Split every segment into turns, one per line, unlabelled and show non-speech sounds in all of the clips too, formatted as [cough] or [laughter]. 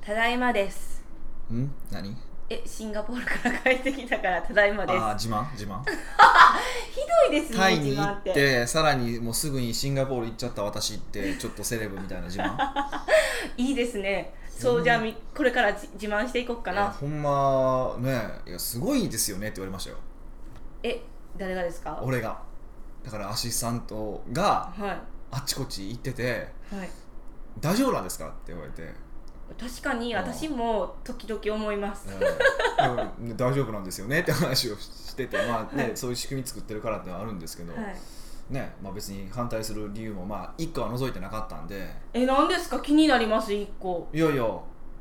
ただいまです
ん何
えシンガポールから帰ってきたからただいまです
ああ自慢自慢
ひどいですね
タイに
[laughs]
行
自慢
ってさらにもうすぐにシンガポール行っちゃった
[laughs]
私ってちょっとセレブみたいな自慢
いいですねそうじゃあみこれからじ自慢していこうか
いや
な
ほんまねいやすごいですよねって言われましたよ
え誰がですか
俺がだからアシスタントが
は
あっちこっち行ってて
いはい
「大丈夫なんですか?」って言われて「
確かに私も時々思います
うんうん大丈夫なんですよね」って話をしててまあね、
はい
そういう仕組み作ってるからってのはあるんですけど、
はい
ねまあ、別に反対する理由もまあ一個は除いてなかったんで
え何ですか気になります一個
いやいや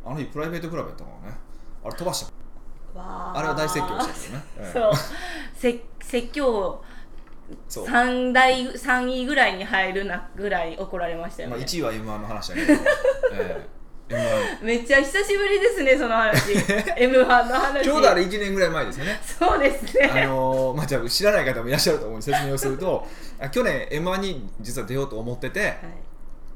あの日プライベートクラブやったからねあれ飛ばした
わー
あれは大説教でしたけどね、
そうせ説教
ええそう
三大三位ぐらいに入るなぐらい怒られましたよ
まあ、
ね、
1位は m 1の話だけど、ええ M1
めっちゃ久しぶりですねその
[laughs]
話 M1 の話 [laughs]
ちょうどあれ1年ぐらい前ですよね
そうです
あ
ね
のーまあ、じゃあ知らない方もいらっしゃると思うんで説明をするとあ去年 m 1に実は出ようと思ってて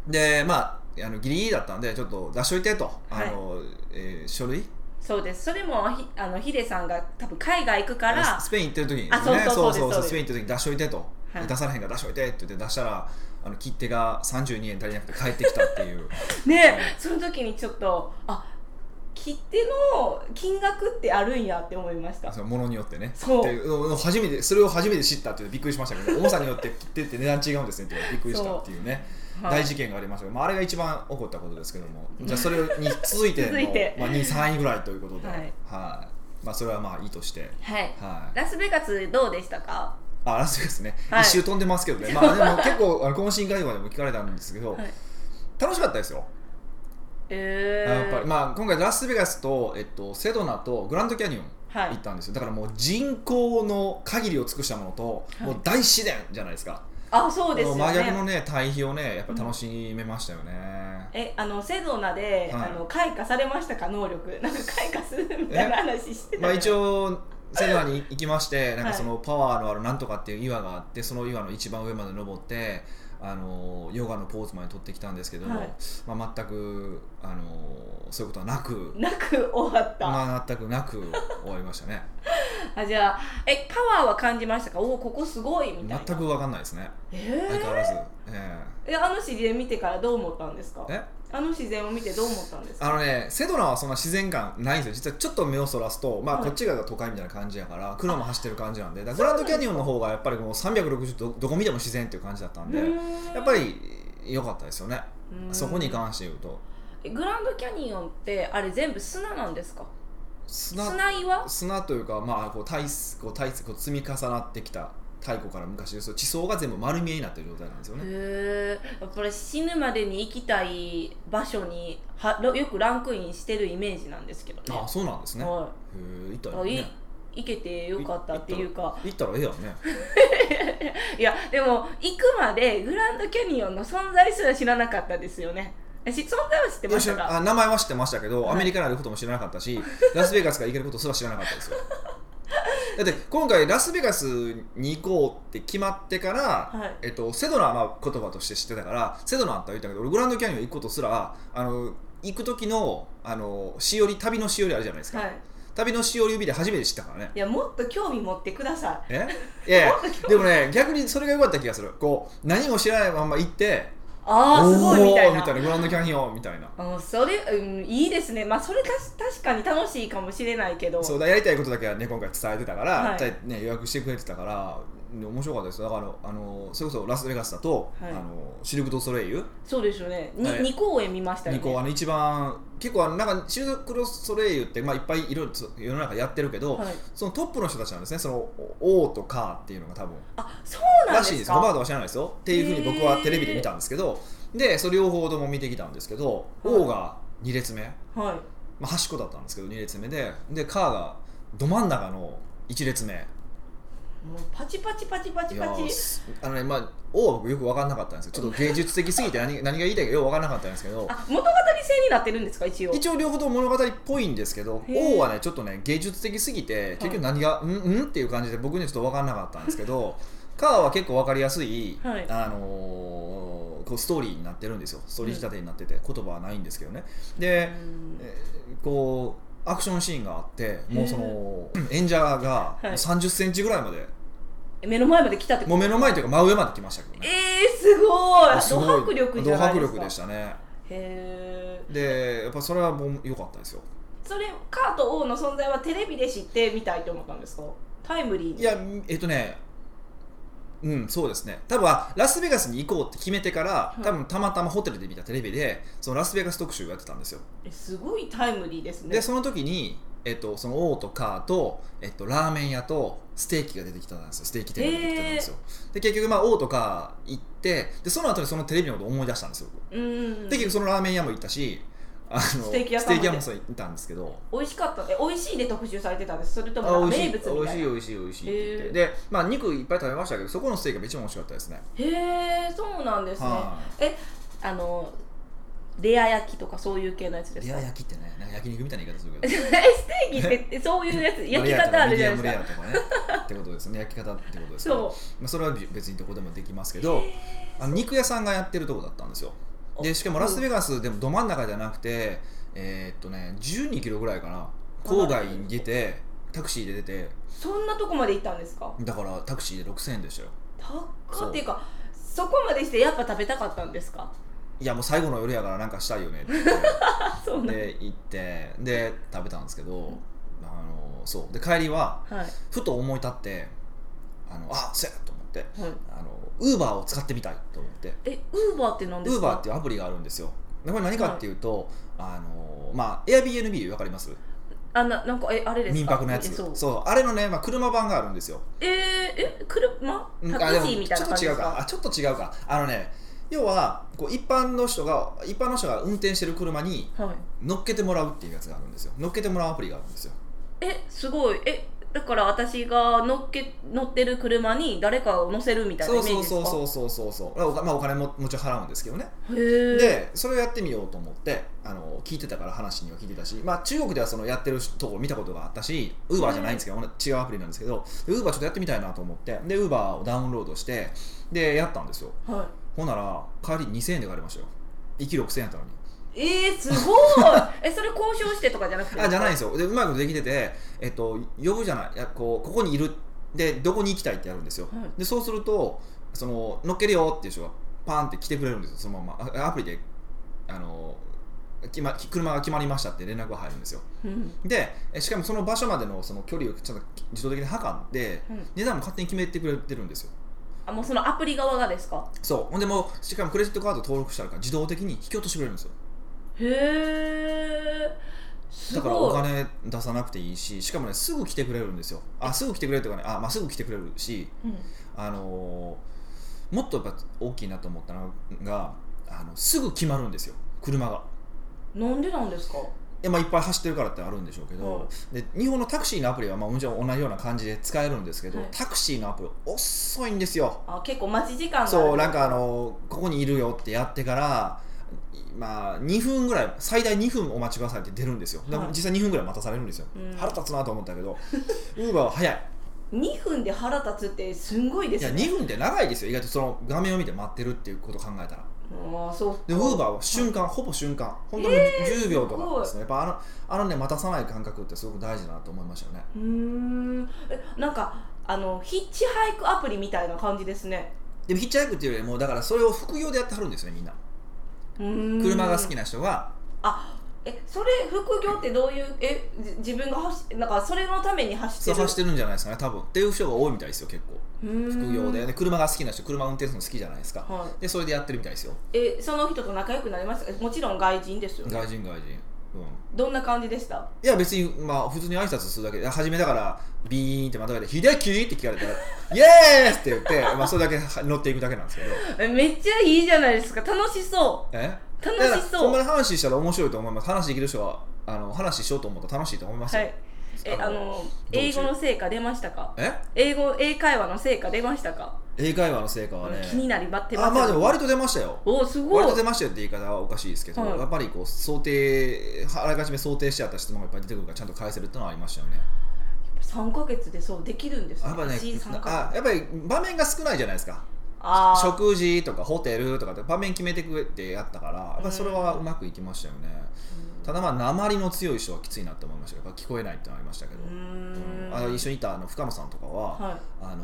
でまああのギリギリだったんでちょっと出しといてと、あのえー書類
そうですそれもひあのヒデさんが多分海外行くから
あスペイン行ってる時に
あそうそうそうですそうです
スペイン行ってる時に出しといてと、
はい
出されへんから出しといてって言って出したらあの切手が32円足りなくて帰ってきたっていう
ねその時にちょっとあ切手の金額ってあるんやって思いました
そのものによってね
そう
っていうのを初めてそれを初めて知ったっていうのびっくりしました
[laughs]
けど重さによって切手って値段違うんですねっていうのがびっくりしたっていうね
はい
大事件がありましたけど、まあ、あれが一番起こったことですけどもじゃあそれに続いての
続いて
まあ、2位3位ぐらいということで、
は
はいいまあ、それはまあいいとして、
はい
はい、
ラスベガスどうでしたか
あラスベガスね、
はい
一周飛んでますけど
[laughs]
ね、まあ、でも結構あの懇親会とかでも聞かれたんですけど、
はい
楽しかったですよ、
えー、
やっぱり、まあ、今回ラスベガスと、えっと、セドナとグランドキャニオン
は
行
い
ったんですよだからもう人口の限りを尽くしたものと、
はい
もう大自然じゃないですか
あそうですよね
真逆のね対比をねやっぱ楽しめましたよね、
えあのセドナで、
はい
あの開花されましたか能力なんか開花するみたいな話してた
まあ、一
応
応セドナに行きましてなん
は
か
い
そのパワーのあるなんとかっていう岩があってその岩の一番上まで登ってあのヨガのポーズまで取ってきたんですけども、
はい
まあ、全くあのそういうことはなく、
なく終わった、
まあ、全くなく終わりましたね
あじゃあえパワーは感じましたかおおここすご [laughs] いみたいな
全く分かんないですね相
え
変わらず、え
ー、えあの自然見てからどう思ったんですか
ええ
あの自然を見てどう思ったんですか
あのねセドナはそんな自然感ないんですよ実はちょっと目をそらすと、まあ、
はい
こっちが都会みたいな感じやから車も走ってる感じなんでだからグランドキャニオンの方がやっぱりもう360度どこ見ても自然っていう感じだったんでやっぱり良かったですよねそこに関して言うと
えグランドキャニオンってあれ全部砂なんですか
砂
砂岩
砂というか、まあ、こう大すこう大すこう積み重なってきた太古から昔ですと地層が全部丸見えになってる状態なんですよね
へえやっぱり死ぬまでに行きたい場所にはよくランクインしてるイメージなんですけどね
あそうなんですねへ
はい
え行ったら
あ
いい
い
ね
行けてよかったっていうか
行ったらええやんね
いやでも行くまでグランドキャニオンの存在すら知らなかったですよねえし存在は知ってました
いや知ら
か
あ名前は知ってましたけど、
はい
アメリカにあることも知らなかったしラスベガスから行けることすら知らなかっ
[laughs]
たですよだって今回ラスベガスに行こうって決まってから、
はい
えっと、セドナはまあ言葉として知ってたからセドナとは言ったけど俺グランドキャニオン行くことすらあの行く時のあのしおり旅のしおりあるじゃないですか、
はい
旅のしおり指で初めて知ったからね
いやもっと興味持ってください
えいやいやでもね逆にそれが良かった気がするこう何も知らないまんま行って
ああすごいみたい
おー
な
みたいなグランドキャニオンみたいな
あそれ、うん、いいですねまあそれたし確かに楽しいかもしれないけど
そうだやりたいことだけはね今回伝えてたから、
はい
伝えね、予約してくれてたからね面白かったですよだからあのそれこそラスベガスだと、
はい
あのシルク・ドゥ・ソレイユ
そうですよねに
はい
2公演見ましたよ
に
ね
こうあの一番結構あのなんかシルク・ドゥ・ソレイユって、まあ、いっぱいいろいろ世の中やってるけど、
はい
そのトップの人たちなんですねその王とかっていうのが多分
あそうなん
ら
で
しいですすロバー
か
トは知らないですよっていうふうに僕はテレビで見たんですけどでそれ両方とも見てきたんですけど、
はい
王が2列目、ま
はい
あ、端っこだったんですけど2列目ででカーがど真ん中の1列目
もうパチパチパチパチ
い
パ
や
チ
すあのねまあ王は僕よく分かんなかったんですよちょっと芸術的すぎて何 [laughs] 何が言いたいかよく分かんなかったんですけど
あ物語性になってるんですか一応
[laughs] 一応両方とも物語っぽいんですけど
へー
王はねちょっとね芸術的すぎて結局何が「うんうん?」っていう感じで僕にはちょっと分かんなかったんですけど
[laughs]
カーは結構分かりやすい、
はい
あのーこうストーリーになってるんですよストーリー仕立てになってて、言葉はないんですけどねで
うん
えこうアクションシーンがあってもうそ
へ
の演者が
はい
3 0ンチぐらいまで、
目の前まで来たってこと
もう目の前というか真上まで来ましたけど
え
ね
ー、すご [laughs] い
すごい
ド迫力じゃないですか
ド迫力でしたね
へえ
でやっぱそれはもう良かったですよ
それカート王の存在はテレビで知ってみたいと思ったんですかタイムリーに
いやえっとねうんそうですね多分ラスベガスに行こうって決めてから
い
多分たまたまホテルで見たテレビでそのラスベガス特集をやってたんですよ
えすごいタイムリーですね
でその時に、えっと、その王とカーと、えっと、ラーメン屋とステーキが出てきたんですよステーキ店が出てきたんですよ、で結局まあ王とカー行ってでその後にそのテレビのことを思い出したんですよ、
うん
で結局そのラーメン屋も行ったしあのス
テーキ屋さんも行って
もそう行ったんですけど
美味しかったえ美味しいで特集されてたんですそれと
あ
も
美味し
名
い
物みたい
美
な
味しい美味しい美味しいって言って、
へー
で、まあ、肉いっぱい食べましたけどそこのステーキが一番美味しかったですね
へえそうなんですね
は
あのレア焼きとかそういう系のやつで
い
す
レ
か
ア焼きってねなんか焼肉みたいな言い方する
[laughs] え
けど
ステーキってそういう
[laughs]
やつ [laughs] 焼き
レアとか
方あるじゃない
ミデ
で
ィア
すか
ムレアとかねってことですね焼き方ってことですけど
そ
まあ、それは別にどこでもできますけ
う
ど
へ
あの肉屋さんがやってるとこだったんですよ
ー
でしかもラスベガスでもど真ん中じゃなくてえーっとね1 2キロぐらいかな郊外に出てタクシーで出て
そんなとこまで行ったんですか
だからタクシーで6000円でしたよ
高
そう
っっていうかそこまでしてやっぱ食べたかったんですか
いやもう最後の夜やからなんかしたいよねって言っ
あそうなん
て
で
で行ってで食べたんですけどあのそうで帰りは
すはい、はい、
ふと思い立ってあのあそうやと思ってあのウーバーを使ってみたいと思って
えウーバーって何で
ウ
す
ー
か
バーっていうアプリがあるんですよでこれ何かっていうと、あのまあ Airbnb わかります
あななんかえあれですか
民泊のやつ
え
そ
そうう
あれのね、まあ、車版があるんですよ
えー、え車
うん
タク
で
シーみたい
ちょ
な感
っと
じ
違
で
う
す
かあ
か
ちょっと違うかあのね要はこう一般の人が一般の人が運転してる車に
はい
乗っけてもらうっていうやつがあるんですよ乗っけてもらうアプリがあるんですよ
えすごいえだから私が乗っけ乗ってる車に誰かを乗せるみたいな
そ
イ
う
メージ
そう
です
そ
か
うそうそうそうそうお,、まあ、お金ももちろん払うんですけどね
へー
でそれをやってみようと思ってあの聞いてたから話には聞いてたし、まあ、中国ではそのやってるとこ見たことがあったしウーバーじゃないんですけど、違うアプリなんですけどウーバーちょっとやってみたいなと思ってでウーバーをダウンロードしてでやったんですよ
は
ほんなら帰り2000円で帰りましたよ行き6000円やったのに
い、えー、すご
[laughs]
いえそれ交渉してとかじゃなくて
あじゃないんですすよでうまいことできてて、えっと、呼ぶじゃないいやこうここにいるでどこに行きたいってやるんですよ、
はい
でそうするとその乗っけるよっていう人がパーンって来てくれるんですよそのままあアプリであの決ま車が決まりましたって連絡が入るんですよ
うん、
でえしかもその場所までのその距離をちゃんと自動的に測って
うん
値段も勝手に決めてくれてるんですよ
あもうそのアプリ側がですか
そうほんでもうしかもクレジットカード登録してあるから自動的に引き落としてくれるんですよ
へえす
だからお
ごい
金出さなくていいししかもねすぐ来てくれるんですよあすぐ来てくれるというかねあ、まあ、すぐ来てくれるし
うん
あのーもっとやっぱ大きいなと思ったのがあのすぐ決まるんですよ車が
なんでなんですか
いやまあ、いっぱい走ってるからってあるんでしょうけど、で日本のタクシーのアプリはまあもちろん同じような感じで使えるんですけど、
はい
タクシーのアプリ遅いんですよ
あ結構待ち時間がある
そうなんかあのここにいるよってやってからまあ2分ぐらい最大2分お待ちくださいって出るんですよ、でも
はい
実際2分ぐらい待たされるんですよ、
うん
腹立つなと思ったけ
[laughs]
どウーバーは早い
2分で腹立つってすんごいで
いや
すね
2分って長いですよ意外とその画面を見て待ってるっていうことを考えたら
ああそう
でウーバーは瞬間、ほぼ瞬間本当に10秒とかですね、やっぱあのあのね待たさない感覚ってすごく大事だなと思いましたよね
うーんえなんかあのヒッチハイクアプリみたいな感じですね
でもヒッチハイクっていうよりもだからそれを副業でやってはるんですよねみんな
うーん
車が好きな人が
あえそれ副業ってどういうえじ自分が走なんかそれのために走
そう
ってる
走ってるんじゃないですかね多分っていう人が多いみたいですよ結構副
副
業でで車が好きな人車運転するの好きじゃないですか
は
でそれでやってるみたいですよ
い、えその人と仲良くなりましたかもちろん外人ですよね
外人外人うん
どんな感じでした
いや別にまあ普通に挨拶するだけで初めだからビーンってまたがで「秀樹!」って聞かれたら「イエーイ!」って言って、まあ、それだけ乗っていくだけなんですけど
えめっちゃいいじゃないですか楽しそ
え
う楽
だから
し
ほ
そ
ん
う
ま
は
に話したら面白いと思います話できる人はあの話しようと思ったら楽しいと思いますよ、
いえあの
どう
英語の成果出ましたか
え
英語英会話の成果出ましたか
英会話の成果はね
気になり待ってます
あまあでも割と出ましたよ
おすごい
割と出ましたよって言い方はおかしいですけど、
はい
やっぱりこう想定あらかじめ想定してあった質問がいっぱい出てくるからちゃんと返せるっていうのはありましたよね
3ヶ月でそうできるんです
やっぱね
一時三ヶ月
あやっぱり場面が少ないじゃないですか
あー
食事とかホテルとかって場面決めてくれってやったからやっぱりそれはうまくいきましたよね、ただまあ鉛の強い人はきついなって思いましたけどやっぱ聞こえないってのはありましたけど、
ん
あの一緒にいたあの深野さんとかは、
は
あの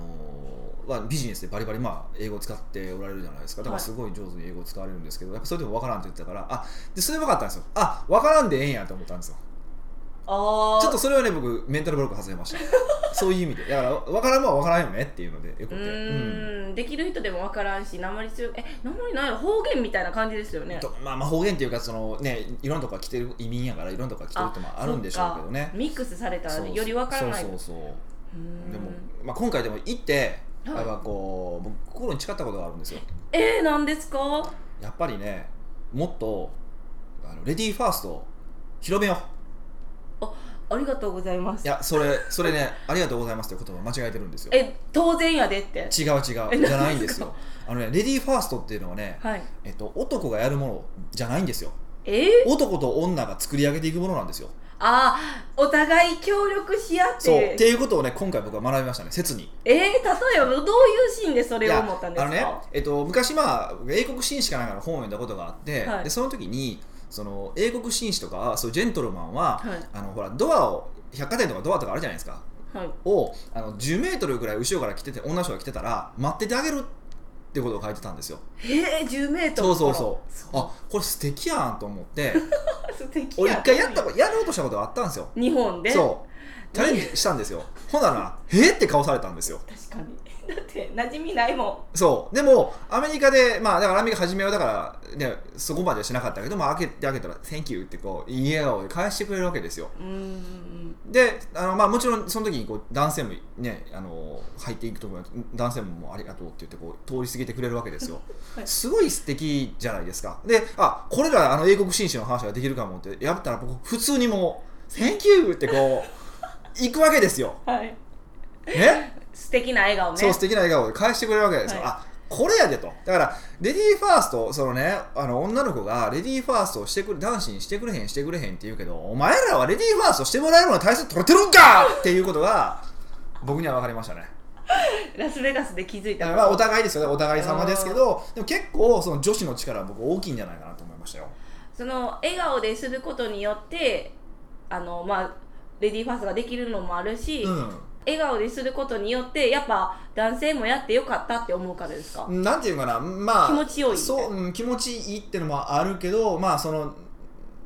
ーまあ、ビジネスでバリバリまあ英語を使っておられるじゃないですかだから
はい
すごい上手に英語を使われるんですけど、やっぱそれでも分からんって言ってたからあでそれで分かったんですよあ分からんでええんやと思ったんですよ
いああ
ちょっとそれはね僕メンタルブロック外れました
[laughs]
そういう意味でだから分からんもんは分からんよねっていうのでよく
う
て、
ーんできる人でもわからんし鉛強いえ鉛ないの方言みたいな感じですよね
とまあ、まあ方言っていうかそのねいろんなとこから来てる移民やからいろんなとこから来てるってのもあるんでしょうけど
そっ
ね
かミックスされたら
そう
よりわからない
そうそうそう
うーん
でも、まあ、今回でも行ってや
はい
っぱこう僕心に誓ったことがあるんですよ
えー、なんですか
やっぱりねもっとあのレディーファーストを広めよう
ありがとうございます
いやそれそれねありがとうございますという言葉間違えてるんですよ
え当然やでって
違う違う
え
じゃないんですよあのねレディーファーストっていうのはね、
はい
えっと、男がやるものじゃないんですよ
えー、
男と女が作り上げていくものなんですよ
あーお互い協力し合っ
そう、ってていうことをね今回僕は学びましたね切に
えー、例えばどういうシーンでそれを思ったんですか
いやあのね、えっと、昔まあ英国紳士かなんかの本を読んだことがあって、
はい
でその時にその英国紳士とかそういうジェントルマンは、
はい
あのほらドアを百貨店とかドアとかあるじゃないですか
はい
をあの10メートルぐらい後ろから来てて女の人が来てたら待っててあげるってことを書いてたんですよ
えー、10メートル
そうそうそう
あ
あこれ素敵やんと思って
素敵
俺一回やったことやろうとしたことがあったんですよ
日本で
そうチャレンジしたんですよほんなら [laughs] えーって顔されたんですよ
確かに [laughs] だって馴染みないも
そうでもアメリカでまあだからアメリカ初めはだから、ね、そこまではしなかったけど、まあ、開けて開けたら「Thank you」ってこういい笑顔で返してくれるわけですよ
んうーん
であの、まあ、もちろんその時にこう男性も、ね、あの入っていくところ男性ももうありがとうって言ってこう通り過ぎてくれるわけですよ、
はい
すごい素敵じゃないですかであこれらあの英国紳士の話ができるかもってやったら僕普通にもう「Thank you」ってこう行くわけですよ
はい
ね
素敵な笑顔ね
そう素敵な笑顔で返してくれるわけですよ、
はい
あこれやでとだからレディーファーストそのねあの女の子がレディーファーストをしてくれ男子にしてくれへんしてくれへんって言うけどお前らはレディーファーストしてもらえるのは大切取れてるんかっていうことが僕には分かりましたね
ラスベガスで気づい
だ
た
からまあお互いですよねお互い様ですけどでも結構その女子の力は僕大きいんじゃないかなと思いましたよ
その笑顔ですることによってあのまあレディーファーストができるのもあるし、
う
笑顔ですることによってやっぱ男性もやってよかったって思うからですか、
んなんていうかなまあ
気持ちよいみたいな
そう、うん、気持ちいいってのもあるけどまあその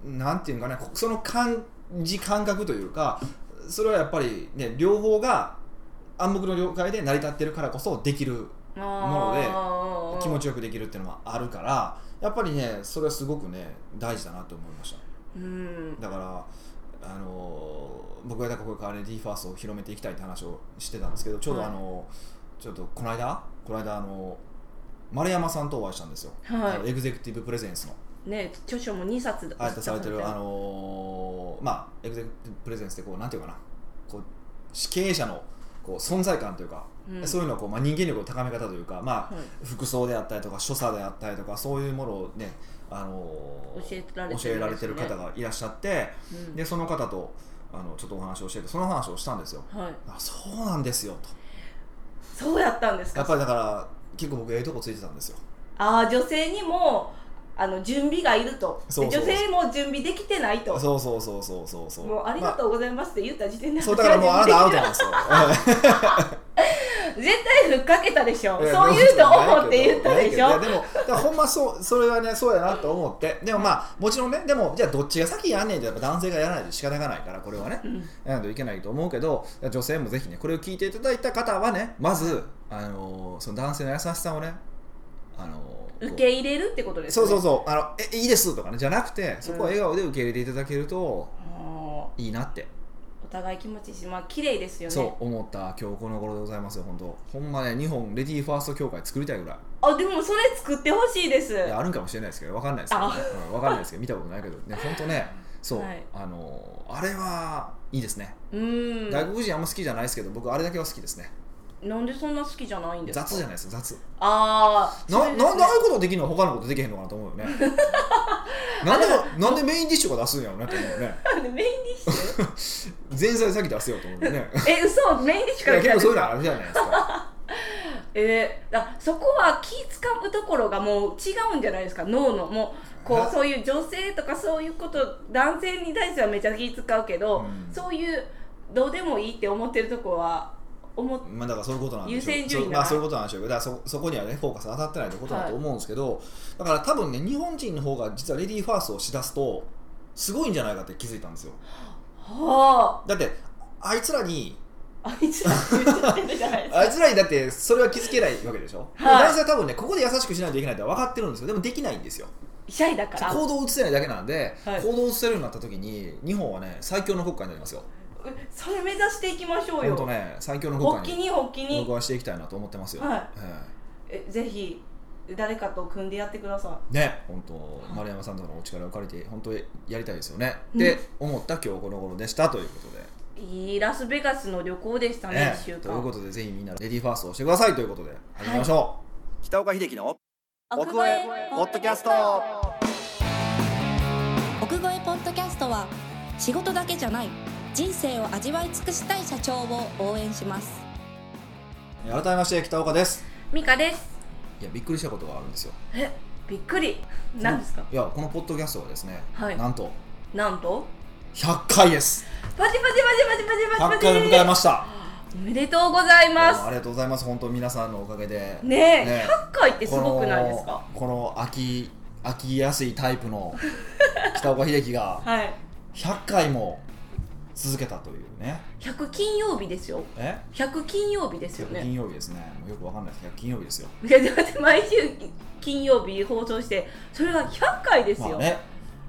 なんていうかねこその感じ感覚というかそれはやっぱりね両方が暗黙の了解で成り立ってるからこそできる
あー
気持ちよくできるっていうのもあるからやっぱりねそれはすごくね大事だなと思いました
うん
だからあのー僕がだからこれからレディーファーストを広めていきたいって話をしてたんですけどちょうど
はい
あの、ちょっとこの間この間あの丸山さんとお会いしたんですよ、
はい
あのエグゼクティブプレゼンスの
ね著書も2冊
あえてされてるあ
の
のーまあエグゼクティブプレゼンスってこうなんていうかなこう経営者のこう存在感というか、
うん
そういうのをこう、まあ、人間力の高め方というか、まあ
はい
服装であったりとか所作であったりとかそういうものをね、あのー
教えられてるんです
教
ね
えられてる方がいらっしゃって、でその方とあのちょっとお話をしててその話をしたんですよ
はい、
あそうなんですよと
そうやったんです
や
か
っぱりだから結構僕ええとこついてたんですよ
ああ女性にもあの準備がいるとで
そうそう
女性も準備できてないと
そうそうそうそうそうそう
もうありが
ま
とうございますって言った時点で、
あそうだからもうあなたアウト
私は
なん
[laughs]
ですよ
準備でき絶対ふっかけたでしょそういうの思って言ったでし
いや
ょ
でもだからほんまそうそれはねそうやなと思ってでもまあもちろんねでもじゃあどっちが先やんねんってやっぱ男性がやらないと仕方がないからこれはね
うん
やらないといけないと思うけど女性もぜひねこれを聞いていただいた方はねまず、あのーその男性の優しさをね、あのーこう
受け入れるってことです
そう
ね
そうそうあのえいいですとかねじゃなくてそこは笑顔で受け入れていただけると
も
いいなって、
うお互い気持ちいいしまあ綺麗ですよね
そう思った今日この頃でございますよ本当ほんまね日本レディーファースト協会作りたいぐらい
あでもそれ作ってほしいです
いやあるんかもしれないですけどわかんないですけど、ねうん、わかんないですけど見たことないけどね本当ねそう、
はい
あのーあれはいいですね、
うーん
外国人あんま好きじゃないですけど僕あれだけは好きですね
なんでそんな好きじゃないんですか
雑じゃないですか雑
ああ
ななんでああいうことできるの他のことできへんのかな
[laughs]
と思うよねなんでなんでメインディッシュが出すんやろうねと思うよね
なんでメインディッシュ
前菜先出せよと思うよね
え嘘メインディッシュ
い
から
や
来た
結
んです
構そういう
か
のあるじゃないですか
えー、だそこは気使うところがもう違うんじゃないですか脳のもうこ
あ
うそういう女性とかそういうこと男性に対してはめちゃ気使うけど、
うん
そういうどうでもいいって思ってるとこは思っ
まあ、だからそういうことなんでしょう
優先順位
そう
が
まあ、そういうことなんでしょうけどだからそそこにはねフォーカス当たってないってことだと思うんですけど、だから多分ね日本人の方が実はレディーファーストをしだすとすごいんじゃないかって気づいたんですよ
は
だってあいつらに
ああいつらって言っちゃってるじゃないですか
[laughs] あいつらにだってそれは気づけないわけでしょ、
はい
男性は多分ねここで優しくしないといけないって分かってるんですよでもできないんですよ
シャイだから
行動を移せないだけなんで、
はい
行動を移せるようになった時に日本はね最強の国家になりますよ
えそれ目指していきましょう
本当
よ
ね最強の
発
国
起
家に
に発起
僕
に
はしていきたいなと思ってますよ、
はい
え
えぜひ誰かと組んでやってくださ
えね本当丸山さんとかのお力を借りて本当にやりたいですよねって思った今日この頃でしたということで、
いいいラスベガスの旅行でしたね
ね
一週
というこ
間
とでぜひみんなレディーファーストをしてくださいということで始めましょう、北岡秀樹の奥越えポッドキャスト
奥越えポッドキャストは仕事だけじゃない人生を味わい尽くしたい社長を応援します
改めまして北岡です
ミカです
いやびっくりしたことがあるんですよ
えびっくりなんですか
いやこのポッドキャストはですね、
はい
なんと
なんと
100回です
パチパチパチパチパチパ
100
チパ
回を
チ
迎えました
おめでとうございま
どうもあ
す
りがとうございます本当皆さんのおかげで
ねえ
ねえ
100回ってすごくないですか
このこの飽き飽きやすいタイプ
[laughs]
の北岡秀樹が
はい
100回も続けたというね
100金曜日ですよ
え
100金曜日ですよ
100
ね
金曜日ですねもうよくわかんないです100金曜日ですよ
いやだって毎週金曜日放送してそれが100回ですよ、
まあね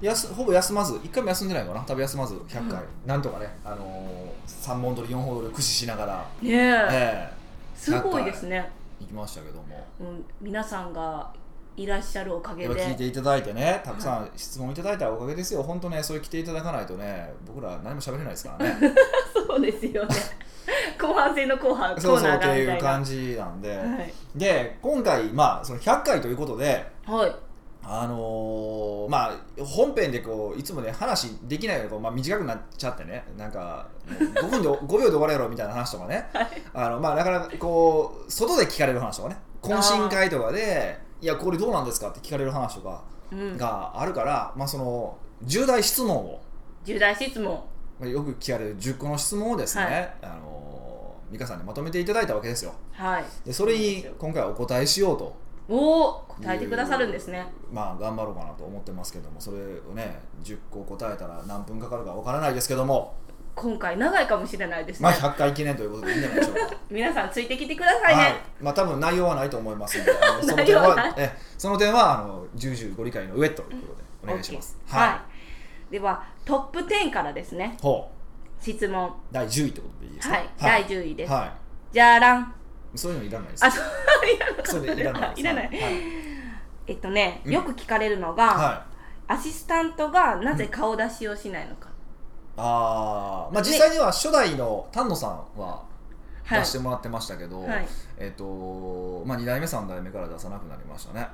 やすほぼ休まず1回も休んでないのかな食べ休まず100回、なんとかね、あのー、3本撮り4本撮りを駆使しながら、
ねえ
え
すごいですね、
え行きましたけども
うん、皆さんがいらっしゃるおかげ
やっぱ聞い
で
ていただいてねたくさん質問いただいたおかげですよ本当ねそれ来ていただかないとね僕ら何も喋れないですからね
そうですよね [laughs] 後半戦の後半 [laughs] コ
そう
ー
そう
ナー
って
がみた
いう
いなは
感じな
[laughs]
んで、
い、
で今回まあその100回ということで
はい、
あのーまあ本編でこういつもね話できないのが、まあ、短くなっちゃってねなんかもう5分で [laughs] 5秒で終われやろみたいな話とかね、あのまあなかなかこう外で聞かれる話とかね懇親会とかでいやこれどうなんですかって聞かれる話とか
うん、
があるから、まあその重大質問を
重大質問
まあよく聞かれる10個の質問をですね、
は
あのー美香さんにまとめていただいたわけですよ
はい
でそれに今回お答えしようと
おお答えてくださるんですね
まあ頑張ろうかなと思ってますけどもそれをね10個答えたら何分かかるかわからないですけども
今回長いかもしれないですね、
まあ100回記念ということでいいんじゃないで
[laughs]
しょうか
皆さんついてきてくださいね、
はいまあ多分内容はないと思いますので
[laughs]
あのその
内
点
容は
はえその点はあの重々ご理解の上ということでお願いします
OK はい、ではトップ10からですね
ほ
質問
う第10位ってことでいいですか
はい、第10位です、
は
じゃらん
い、そういうのいらないです
あそう [laughs] いらな
[laughs] そういうのいらないです
いらない
はい
えっとね
うん
よく聞かれるのが、
はい
アシスタントがなぜ顔出しをしないのか、
あーまあ実際には初代の丹野さんは
はい
出してもらってましたけど、
はい、い
えっ、とまあ2代目3代目から出さなくなりましたね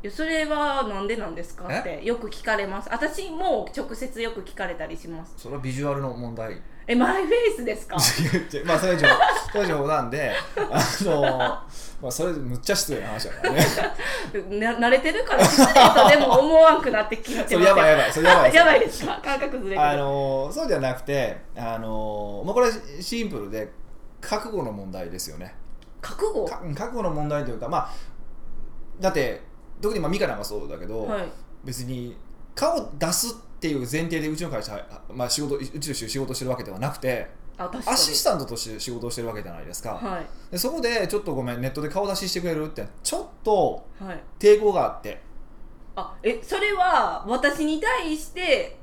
やそれはなんでなんですかってよく聞かれます私も直接よく聞かれたりします
それはビジュアルの問題
えマイフェイスですか
[laughs] まあそれ以上
[laughs]
それ以上なんであのまあそれむっちゃ失礼な話だか
[laughs]
らね
な慣れてるから失礼とでも思わんくなって聞いて
そ
ます
れやばいやばいそれやばい
やばいですか感覚ずれてる
あのそうではなくてあのまあこれシンプルで覚悟の問題ですよね
覚悟
か覚悟の問題というかまあだって特にまあミカなんかそうだけど、
はい
別に顔出すっていう前提でうちの会社、あまあ、仕事うちの仕事してるわけではなくて
あ確か
ア
に
シスタントとして仕事をしてるわけじゃないですか、
はい
でそこでちょっとごめんネットで顔出ししてくれるってちょっと
はい
抵抗があって
あえそれは私に対して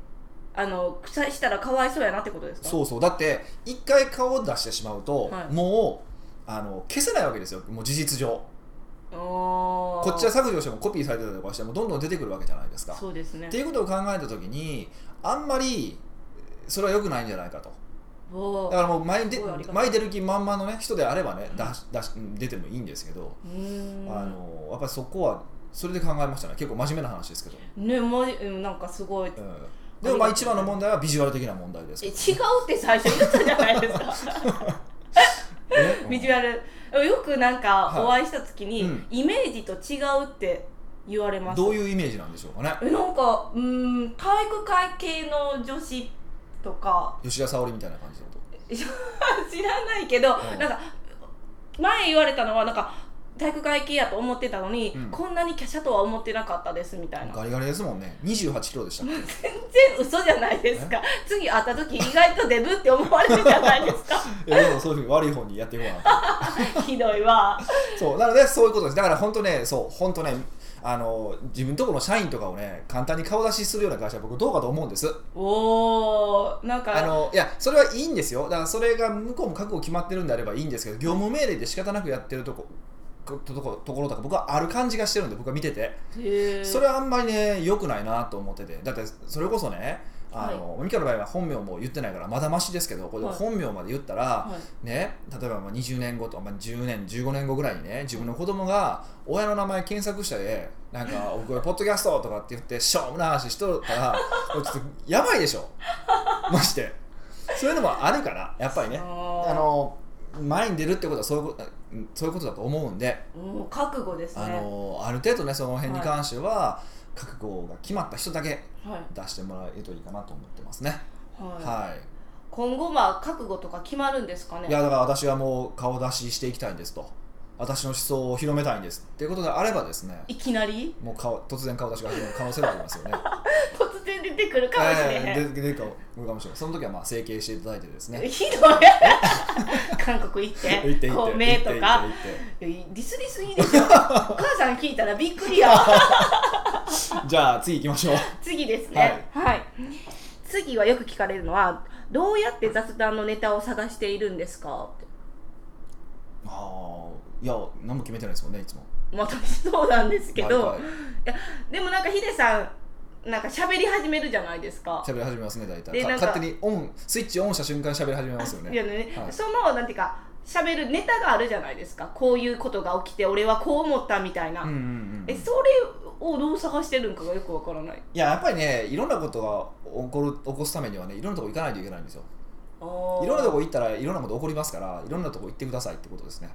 あのくさしたらかわいそうやなってことですか
そうそうだって一回顔を出してしまうと、
はい
もうあの消せないわけですよもう事実上
こ
こっちは削除してもコピーされてたりとかしてもどんどん出てくるわけじゃないですか
そうですね
っていうことを考えた時にあんまりそれは良くないんじゃないかと
おー
だからもう前にです
ごいありがたい
前に出る気満々の、ね、人であればね出し出し出てもいいんですけど、
うーん
あのやっぱりそこはそれで考えましたね結構真面目な話ですけど、
ねまじうんなんかすごい
うん
り
で
がと
も
う
まあ一番の問題はビジュアル的な問題です
え違
け [laughs]
うって最初言ったじゃないですか
ど、ねうん
ビジュアルよくなんかお会いした時に、
うん
イメージと違うって言われます
どういうイメージなんでしょうかね
えなんかうーん体育会系の女子とか [laughs]
吉田沙保里みたいな感じのこと
知らないけど、
うん
なんか前言われたのはなんか体育会系やと思ってたのに、
うん
こんなに華奢とは思ってなかったですみたいな
ガリガリですもんね28キロでしたっけ
全然嘘じゃないですか次会った時意外とデブって思われるじゃないです
[laughs]
か
いやでもそういうふうに悪い方にやっていこうかなと
ひどいわ
そうなのでそういうことですだから本当ねそう本当ねあの自分とこの社員とかをね簡単に顔出しするような会社は僕どうかと思うんです
おーなん
あ
か
のいやそれはいいんですよだからそれが向こうも覚悟決まってるんであればいいんですけど業務命令で仕方なくやってるとこことこところとか僕はある感じがしてるんで僕は見てて
へー
それはあんまりね良くないなと思っててだってそれこそねあの、ミカの場合は本名も言ってないからまだましですけどこれ
はい
本名まで言ったら、
はい
ね、例えばまあ20年後と、まあ、10年15年後ぐらいにね自分の子供が親の名前検索したで「な
[laughs]
んか僕はポッドキャスト」とかって言ってしょうもない話しとったらこれちょっとやばいでしょましてそういうのもあるからやっぱりね
あ
あ
の
の前に出るってことはそういうことうんそういうことだと思うんで
もう覚悟ですね
あのある程度ねその辺に関しては覚悟が決まった人だけ
はい
出してもらえるといいかなと思ってますね。
はい、
はい
今後まあ覚悟とか決まるんですかね
いやだから私はもう顔出ししていきたいんですと私の思想を広めたいんですっていうことであればですね
いきなり
[laughs] もう顔突然顔出しが始まる可能性もあ
[laughs]
りますよね
突然出てくるかもしれへん、
えーで出るかもかもしれないその時はまあ整形していただいてです
[laughs]
ね
ひどい韓国行って
[laughs] 行って行っ
公
て
明
行って
とか
行って行
ディスりすぎでしょ
[laughs]
お母さん聞いたらびっくりやわ
ってじゃあ次行きましょう [laughs]
次ですねはい、次はよく聞かれるのはどうやって雑談のネタを探しているんですかって
ああいや何も決めてないですもんねいつも
まあ私そうなんですけど、
毎
でもなんかヒデさんなんか喋り始めるじゃないですか
回喋り始めますね大体
で
か
なんか
勝手にオンスイッチオンした瞬間喋り始めますよ
いや
ね
ね
はい
そのなんていうか喋るネタがあるじゃないですかこういうことが起きて俺はこう思ったみたいな、
うんうんうん、う
え
ん
それをどう探してるんかがよくわからない
いややっぱりねいろんなことが起こる起こすためにはねいろんなとこ行かないといけないんですよい
い
ろんなとこ行ったらいろんなこと起こりますからいろんなとこ行ってくださいってことですね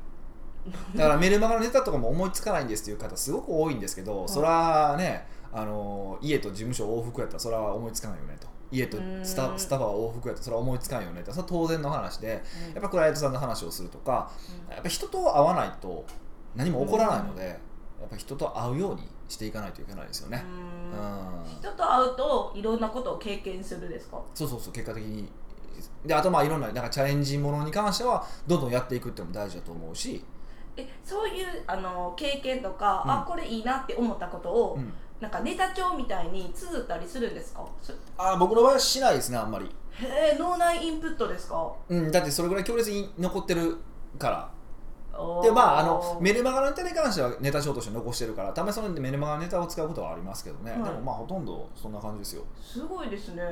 だからメルマガのネタとかも思いつかないんですっていう方すごく多いんですけど、
い
そらねあの家と事務所往復やったらそら思いつかないよねと家と
うーん
スタスタバ往復やったらそら思いつかないよねとそれは当然の話でやっぱクライアントさんの話をするとかやっぱ人と会わないと何も起こらないのでやっぱ人と会うようにしていかないといけないですよね。うん
人と会うといろんなことを経験するですか
そうそうそう結果的にであとまあいろんななんかチャレンジものに関してはどんどんやっていくっていうのも大事だと思うし、
えそういうあの経験とか、
うん
あこれいいなって思ったことを、
うん
なんかネタ帳みたいに綴ったりするんですかそ
あー僕の場合はしないですねあんまり、
へえ脳内インプットですか
うん、だってそれぐらい強烈に残ってるから
おー
でまああのメルマガのネタに関してはネタ帳として残してるからたまにそのメルマガのネタを使うことはありますけどね、
はい
でもまあほとんどそんな感じですよ、
すごいですね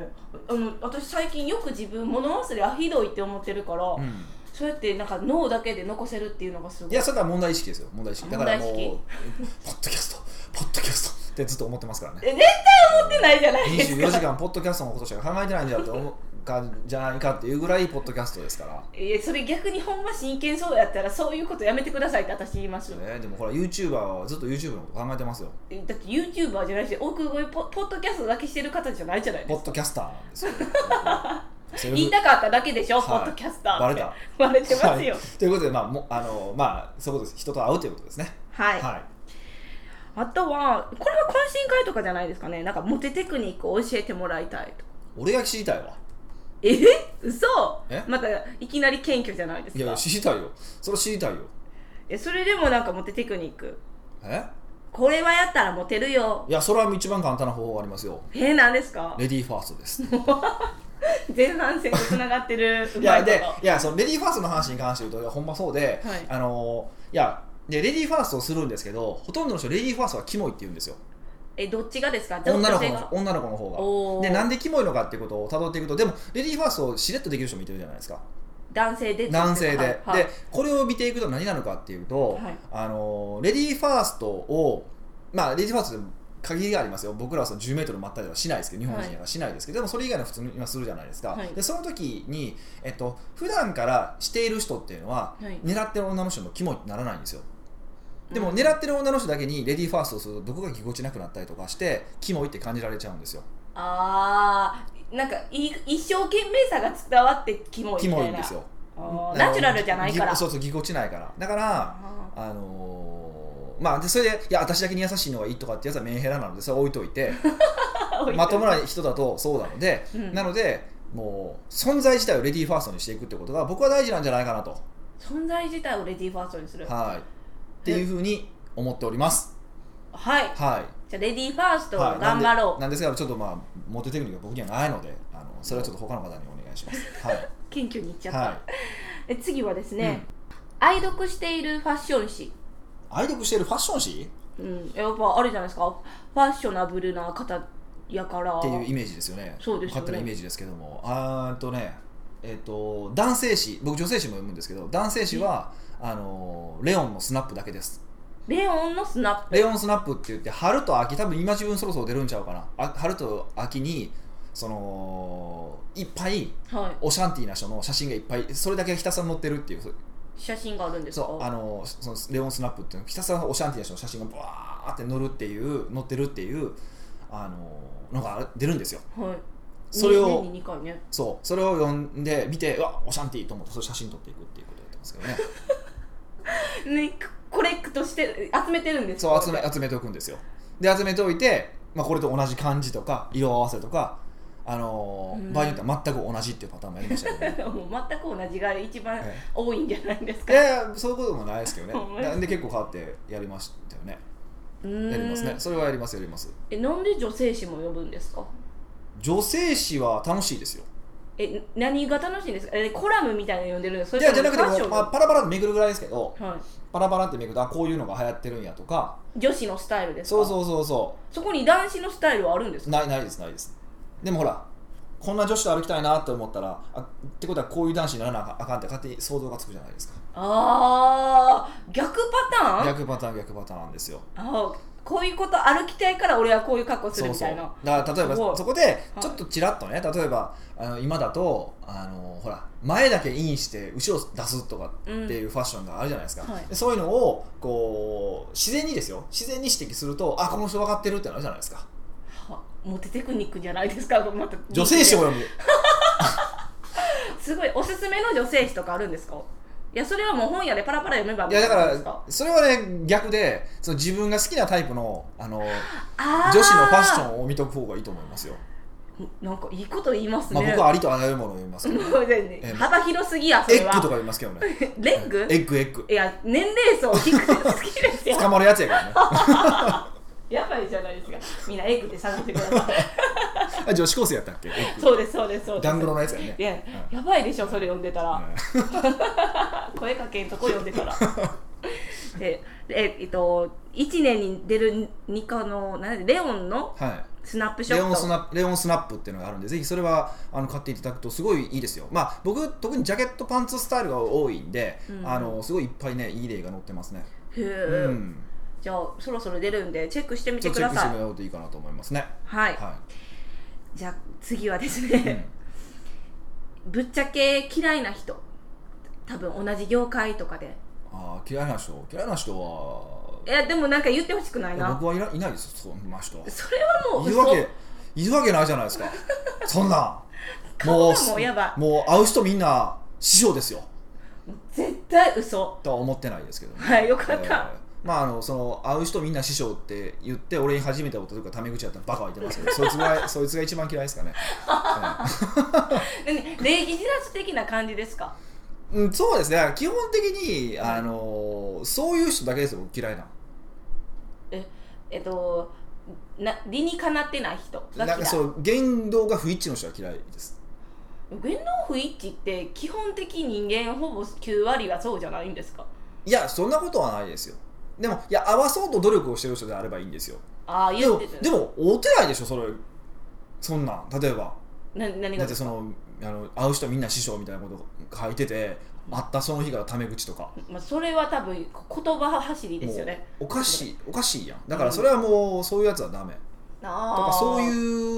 あの私最近よく自分物忘れあひどいって思ってるから、
うん、
そうやってなんか脳だけで残せるっていうのがすごい
いやそれは問題意識ですよ問題意識だからもう
問題意
ポッドキャストポッドキャストってずっと思ってますからね
え絶対思ってないじゃないですか
24時間ポッドキャストのことしか考えてないんじゃって思うか [laughs] じゃないかっていうぐらいポッドキャストですから、
いやそれ逆にほんま真剣そうやったらそういうことやめてくださいって私言いますよ
ね、でもほら YouTuber はずっと YouTube のこと考えてますよ
えだって YouTuber じゃないし奥越えポポッドキャストだけしてる方じゃないじゃないで
ポ
す
ッ
か
ドキャスターなんで
[laughs]
すよセルフ
言いたかっただけでしょ、
はい
ポッドキャスターって
バレた
バレてますよ
はいということでまあもあのまあそういうことです人と会うということですね
はい、
はい、
あとはこれは懇親会とかじゃないですかねなんかモテテクニックを教えてもらいたいと
俺が知りたいわ
え嘘
え
またいきなり謙虚じゃないです
いやい
か
や知りたいよそれ知りたいよ
えそれでもなんかモテテクニック
え
これはやったらモテるよ
いやそれは一番簡単な方法がありますよ
えー、何ですか
レディーファーストです
[laughs] 前半戦とつながってるう
[laughs] い
まい
や
こと
でいやそのレディーファーストの話に関して言うといやほんまそうで、
はい
あのいやでレディーファーストをするんですけどほとんどの人レディーファーストはキモいって言うんですよ
えどっちがですか
女の子
女性
の
が
女の子の方が
おー
でなんでキモいのかっていうことをたどっていくとでもレディーファーストをしれっとできる人もいてるじゃないですか
男性で
男性で、
はい
でこれを見ていくと何なのかっていうと、
はい
あのレディーファーストをまあレディーファーストでも限りがありますよ僕らはその10メートル待ったりはしないですけど日本人やからしないですけど、でもそれ以外の普通に今するじゃないですか、
はい
でその時に、えっと普段からしている人っていうのは、
はい
狙ってる女の人のキモいってならないんですよで
う
も
ん
狙ってる女の人だけにレディーファーストをするとどこがぎこちなくなったりとかしてキモいって感じられちゃうんですよ
あーなんかい一生懸命さが伝わってキモい
キ
みたいな
モいんですよ
あーナチュラルじゃないから
ぎそうそうぎこちないからだから
あ
あのーまあでそれでいや私だけに優しいのがいいとかってやつはメンヘラなのでそれは置いとい
[laughs]
て
ー
まともな人だとそうなので、
うん
なのでもう存在自体をレディーファーストにしていくってことが僕は大事なんじゃないかなと、
存在自体をレディーファーストにするは
はい、っていうふうに思っております。
い
はい
じゃあレディーファーストを
はい、
頑張ろう、
なんでなんですがちょっとまあモテテクニックが僕にはないのであのそれはちょっと他の方にお願いします。
[laughs]
はい、
謙虚に言っちゃった、
はい、
え次はですね、愛読しているファッション誌
愛読しているファッション誌
うん、やっぱあるじゃないですかファッショナブルな方やから
っていうイメージですよね。
そうですよね
勝手なイメージですけども、あーっとね、えっと男性誌、僕女性誌も読むんですけど、男性誌はあのレオンのスナップだけです。
レオンのスナップ
レオンスナップって言って春と秋、多分今自分そろそろ出るんちゃうかな。あ春と秋にそのいっぱい
はい
オシャンティーな人の写真がいっぱいそれだけひたすら載ってるっていう
写真があるんですか
そうあのそのレオンスナップっていうのひたすらオシャンティーな人の写真がバーって載るっていう載ってるっていうあののが出るんですよ
はい
それを
年に2回ね
そうそれを読んで見てうわオシャンティーと思ってそれ写真撮っていくっていうことやってますけど
[laughs]
ね
ねコレクトして集めてるんですか
そう集め集めておくんですよで集めておいて、まあ、これと同じ漢字とか色合わせとか、あのー
うん
場合によっては全く同じっていうパターンもやりました
[laughs]
けど、ね
[laughs] もう全く同じが一番
え
多いんじゃないです
え
か
いやいやそういうこともないですけど
ほんま
ね
に
なんで結構変わってやりましたよね
うーん
やりますねそれはやりますやります
えなんで女性誌も呼ぶんですか
女性誌は楽しいですよ
え何が楽しいんですかえコラムみたいなの呼んでるんですか
いやじゃなくて
ファッショ
もう、
ン
まあ、パラパラって巡るぐらいですけど
はい、
パラパラって巡るとあこういうのが流行ってるんやとか
女子のスタイルですか
そうそうそうそう
そこに男子のスタイルはあるんですか
ないないですないですでもほらこんな女子と歩きたいなって思ったらあってことはこういう男子にならなあかんあかんって勝手に想像がつくじゃないですか
あー逆パターン
逆パターン逆パターンですよ
あーこういうこと歩きたいから俺はこういう格好す
そ
る
う
み
そ
た
う
いな
だから例え
すごい
ばそこでちょっとちらっとね例えばあの今だとあのほら前だけインして後ろ出すとかっていうファッションがあるじゃないですか、
うんはい
でそういうのをこう自然にですよ自然に指摘するとあこの人分かってるってなるじゃないですか
はモテテクニックじゃないですか [laughs] また
女性誌を読む
すごいおすすめの女性誌とかあるんですかいやそれはもう本屋でパラパラ読めば
いやだか
わるんですから
それはね逆でその自分が好きなタイプのあの
あー
女子のファッションを見とく方がいいと思いますよ、
なんかいいこと言いますね、
まあ、僕はありとあらゆるものを言いますけど
もうね
え
幅広すぎやそ
エ
れ
ッグとか
は
言いますけどね
[laughs] レッグ
エッグエッグ
いや年齢層聞くの好きですよ [laughs]
捕まるやつやからね
やばいじゃないですかみんなエッグで探してください
あ女子高生やったっけエッグ
そうですそうですそうです
ダングロのやつやね
いや、やばいでしょそれ読んでたら、声かけんとこ読んで
[laughs]
たらでええっと1年に出るニカのなんでレオンの
うんはい
スナップショッ
レ
ト
オンスナップレオンスナップっていうのがあるんでぜひそれはあの買っていただくとすごいいいですよまあ僕特にジャケットパンツスタイルが多いんで、
うん
あのすごいいっぱいねいい例が載ってますね
へ
う
ー
ん
じゃあそろそろ出るんでチェックしてみ
ち
て
ょ
く
っとチェッ
だ
クして
さい
もらうといいかなと思いますね
はい、
は
じゃあ次はです
い、う
ね
ん、
ぶっちゃけ嫌いな人多分同じ業界とかで
あー嫌いな人嫌いな人はい
やでもなんか言ってほしくないい
や
な
僕はいないないですよそんな人
それはもう
いる
嘘
わけいるわけないじゃな
[laughs]
いですかそんな
顔
も
がもうやば
うもう会う人みんな師匠ですよ
絶対嘘
とは思ってないですけどね
はいよかった
えーまあ、あのその会う人みんな師匠って言って俺に初めてこととかタメ口やったらバカ言っ
[laughs]
てますけどそいつがそいつが一番嫌いですかね、
何礼儀知らず的な感じですか
うんうん、そうですね基本的にあのそういう人だけですよ僕嫌いな
えっとな理にかなってない人が嫌い
なんかそう言動が不一致の人は嫌いです
言動不一致って基本的人間ほぼ9割はそうじゃないんですか
いやそんなことはないですよでもいや合わそうと努力をしてる人であればいいんですよ
ああ
で
言っ
も
てた
でも会うてないでしょそれそんなん例えば
な何
だ
が
ってそのあの会う人みんな師匠みたいなこと書いてて会ったその日からタメ口とか
まあ、それは多分言葉走りですよね
もうおかしいおかしいやんだからそれはもうそういうやつはダメと
あ
か
ー
そうい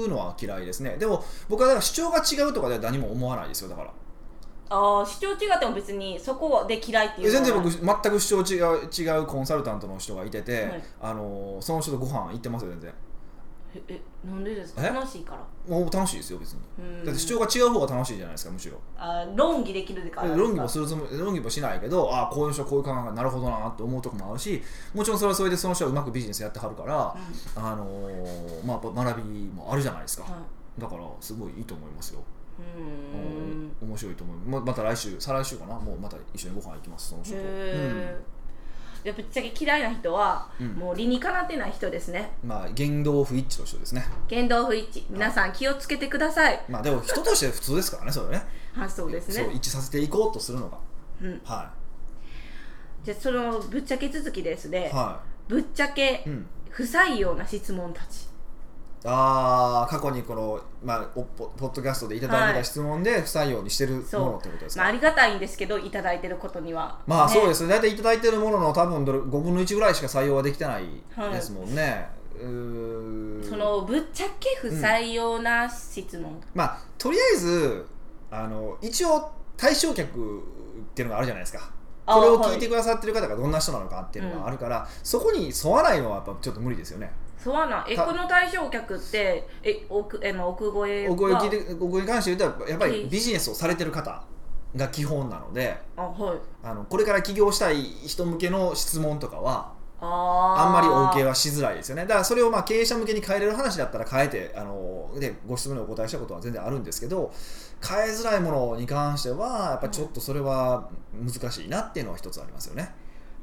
うのは嫌いですねでも僕はだから主張が違うとかでは何も思わないですよだから
あー主張違っても別にそこで嫌いってい
え
うの
全
は
然僕全く主張違う違うコンサルタントの人がいてて、
はい
あのその人とご飯行ってますよ全然
ええなんでですか
え
楽しいから
もう楽しいですよ別に
うん
だって主張が違う方が楽しいじゃないですかむしろ
あ論議できるからですか
論議もするつもり論議もしないけどああこういう人こういう考え方なるほどなって思うとこもあるしもちろんそれはそれでその人はうまくビジネスやってはるから、あのーまあ、学びもあるじゃないですか、
うんはい
だからすごいいいと思いますよ、
うー
う
ん
ん、面白いと思いますままた来週再来週かなもうまた一緒にご飯行きますその人と、
へえ、やっぱぶっちゃけ嫌いな人は、
うん
もう理にかなってない人ですね
うんまあ、言動不一致の人ですね
言動不一致皆さん気をつけてください
まあでも人として普通ですからねそれはね
発想ですね
そう一致させていこうとするのが
うん、
は
じゃあそのぶっちゃけ続きです
い
ね、
は
ぶっちゃけ
い、うん
不採用な質問たち
あー過去にこの、まあ、おポポッドキャストでいただいてた質問で不採用にしてるものってことですか、
まあ、ありがたいんですけどいただいてることには
まあそうですすね大体いただいてるものの多分どれ5分の1ぐらいしか採用はできてないですもんね、うーん
そのぶっちゃけ不採用な質問、
まあとりあえずあの一応対象客っていうのがあるじゃないですか
あ
これを
はい
聞いてくださってる方がどんな人なのかっていうのがあるから、そこに沿わないのはやっぱちょっと無理ですよね
そうはないえ
た
この対象客ってえ奥えまあ奥越えは
お声を聞いてお声に関して言うとやっぱりビジネスをされてる方が基本なので
あはい
あのこれから起業したい人向けの質問とかは
あー
あんまり OK はしづらいですよねだからそれをまあ経営者向けに変えれる話だったら変えてあのでご質問にお答えしたことは全然あるんですけど変えづらいものに関してはやっぱちょっとそれは難しいなっていうのは一つありますよね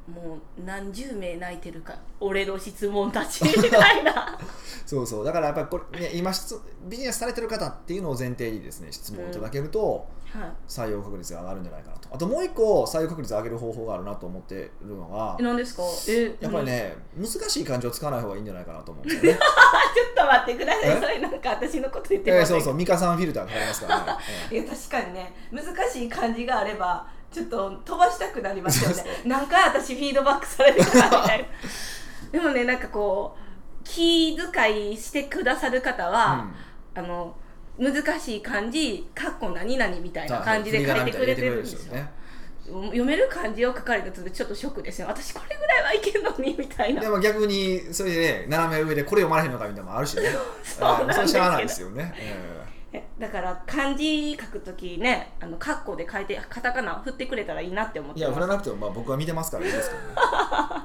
もう何十名泣いてるか俺の質問たちみた
[laughs]
いな
そうそうだからやっぱりこれ、ね、今質ビジネスされてる方っていうのを前提にですね質問いただけると
は
採用確率が上がるんじゃないかなとあともう一個採用確率上げる方法があるなと思ってるのが
い何ですかえ
やっぱ
う
り
ん
ね難しい漢字を使わない方がいいんじゃないかなと思うんですよね
あちょっと待ってくださ
え
いそれなんか私のこと言って
え
ませ
ー
ん
そうそう、ミカさんフィルターかかりますからね。
いや確かにね難しい漢字があればちょっと飛ばしたくなりますよ
そう
ね何回私フィードバックされるかなみたいなでもねなんかこう気遣いしてくださる方は、あの難しい漢字かっこ何々みたいな感じで書いてくれてるんですよ
ね。
読める漢字を書かれたとちょっとショックですよ私これぐらいはいけるのにみたいな
でも逆に、それでね、斜め上でこれ読まれへんのかみたいなのもあるしね。
[laughs] そうなんですけど
えーそれ知らないですよね。え
えだから漢字書くときねあのカッコで書いてカタカナ振ってくれたらいいなって思っ
ーい
て
や、振ら
ます
なくてもまあ僕は見てますからいいですけ
[laughs]
どね。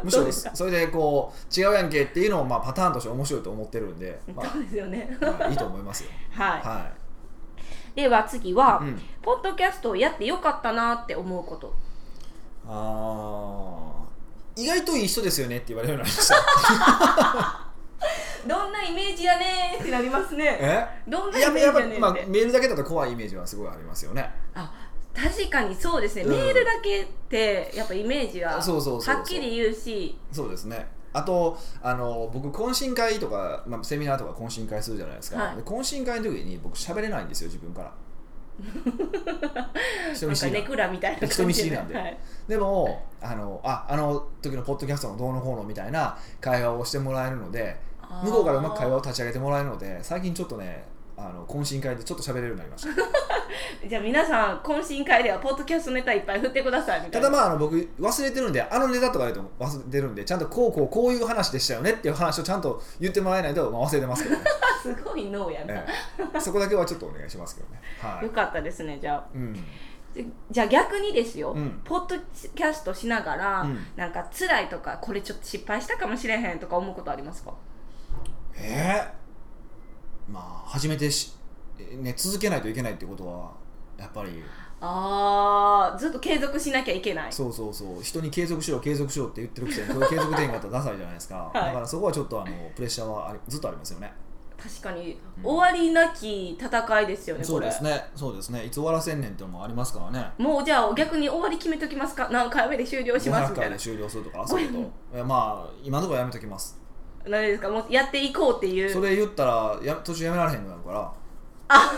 むし
そう
ろ
ですか
それでこう、違うやんけっていうのをまあパターンとして面白いと思ってるんで、ま
そうですよね
あ、まあいいと思いますよ。
[laughs] はい、
は
では次は、
い。うん。
ポッドキャストをやってよかったなって思うこと
あー意外といい人ですよねって言われるようになりました。
[laughs] どんなイメージやねーってなりますね
え
どん
い
なイ
や、
メージや
やっぱ
ね
り、ま
ー
あ、
って、
メールだけだと怖いイメージはすごいありますよね。
あ確かにそうですね、
うん
メールだけってやっぱイメージはは
そうそうそうそう
っきり言うし
そうですねあとあの僕懇親会とか、まあ、セミナーとか懇親会するじゃないですか、
はい
で懇親会の時に僕喋れないんですよ自
[laughs]
分から人
な
見
ん
知
かネ
りなんで
クラみたいな
人
感
見
じ
知りなんで
はい
でもあのああの時のポッドキャストのどうのこうのみたいな会話をしてもらえるので向こうからうまく会話を立ち上げてもらえるので最近ちょっとねあの懇親会でちょっと喋れるようになりました
[laughs] じゃあ皆さん懇親会ではポッドキャストネタいっぱい振ってくださいみた
た
い
だ
な
まああの僕忘れてるんであのネタとか言うと忘れてるんでちゃんとこうこうこういう話でしたよねっていう話をちゃんと言ってもらえないと、まあ、忘れてますけどね
あ [laughs] すごい脳やな、
ええ、そこだけはちょっとお願いしますけどね。はい
よ。かったですねじゃあ
うん。
じじゃあ逆にですよ、
うん
ポッドキャストしながら、
うん
なんか辛いとかこれちょっと失敗したかもしれへんとか思うことありますか
ええまあ初めてし、えね続けないといけないってことはやっぱり、
あーずっと継続しなきゃいけない
そうそうそう人に継続しろ継続しろって言ってるくせにこれ継続できなかったらダサいじゃないですか。
い
だからそこはちょっとあのプレッシャーはありずっとありますよね。
確かに、
うん
終わりなき戦いですよね
そうです
ね
ね。そうですね。いつ終わらせんねんってのもありますからね。
もうじゃあ逆に終わり決めときますか何回目で終了します
500
みたい
回
な
で終了するとかそういうこと。いやまあ今のところやめときます。
何ですかもうやっていこうっていう
それ言ったらや途中やめられへんのやるから。
あ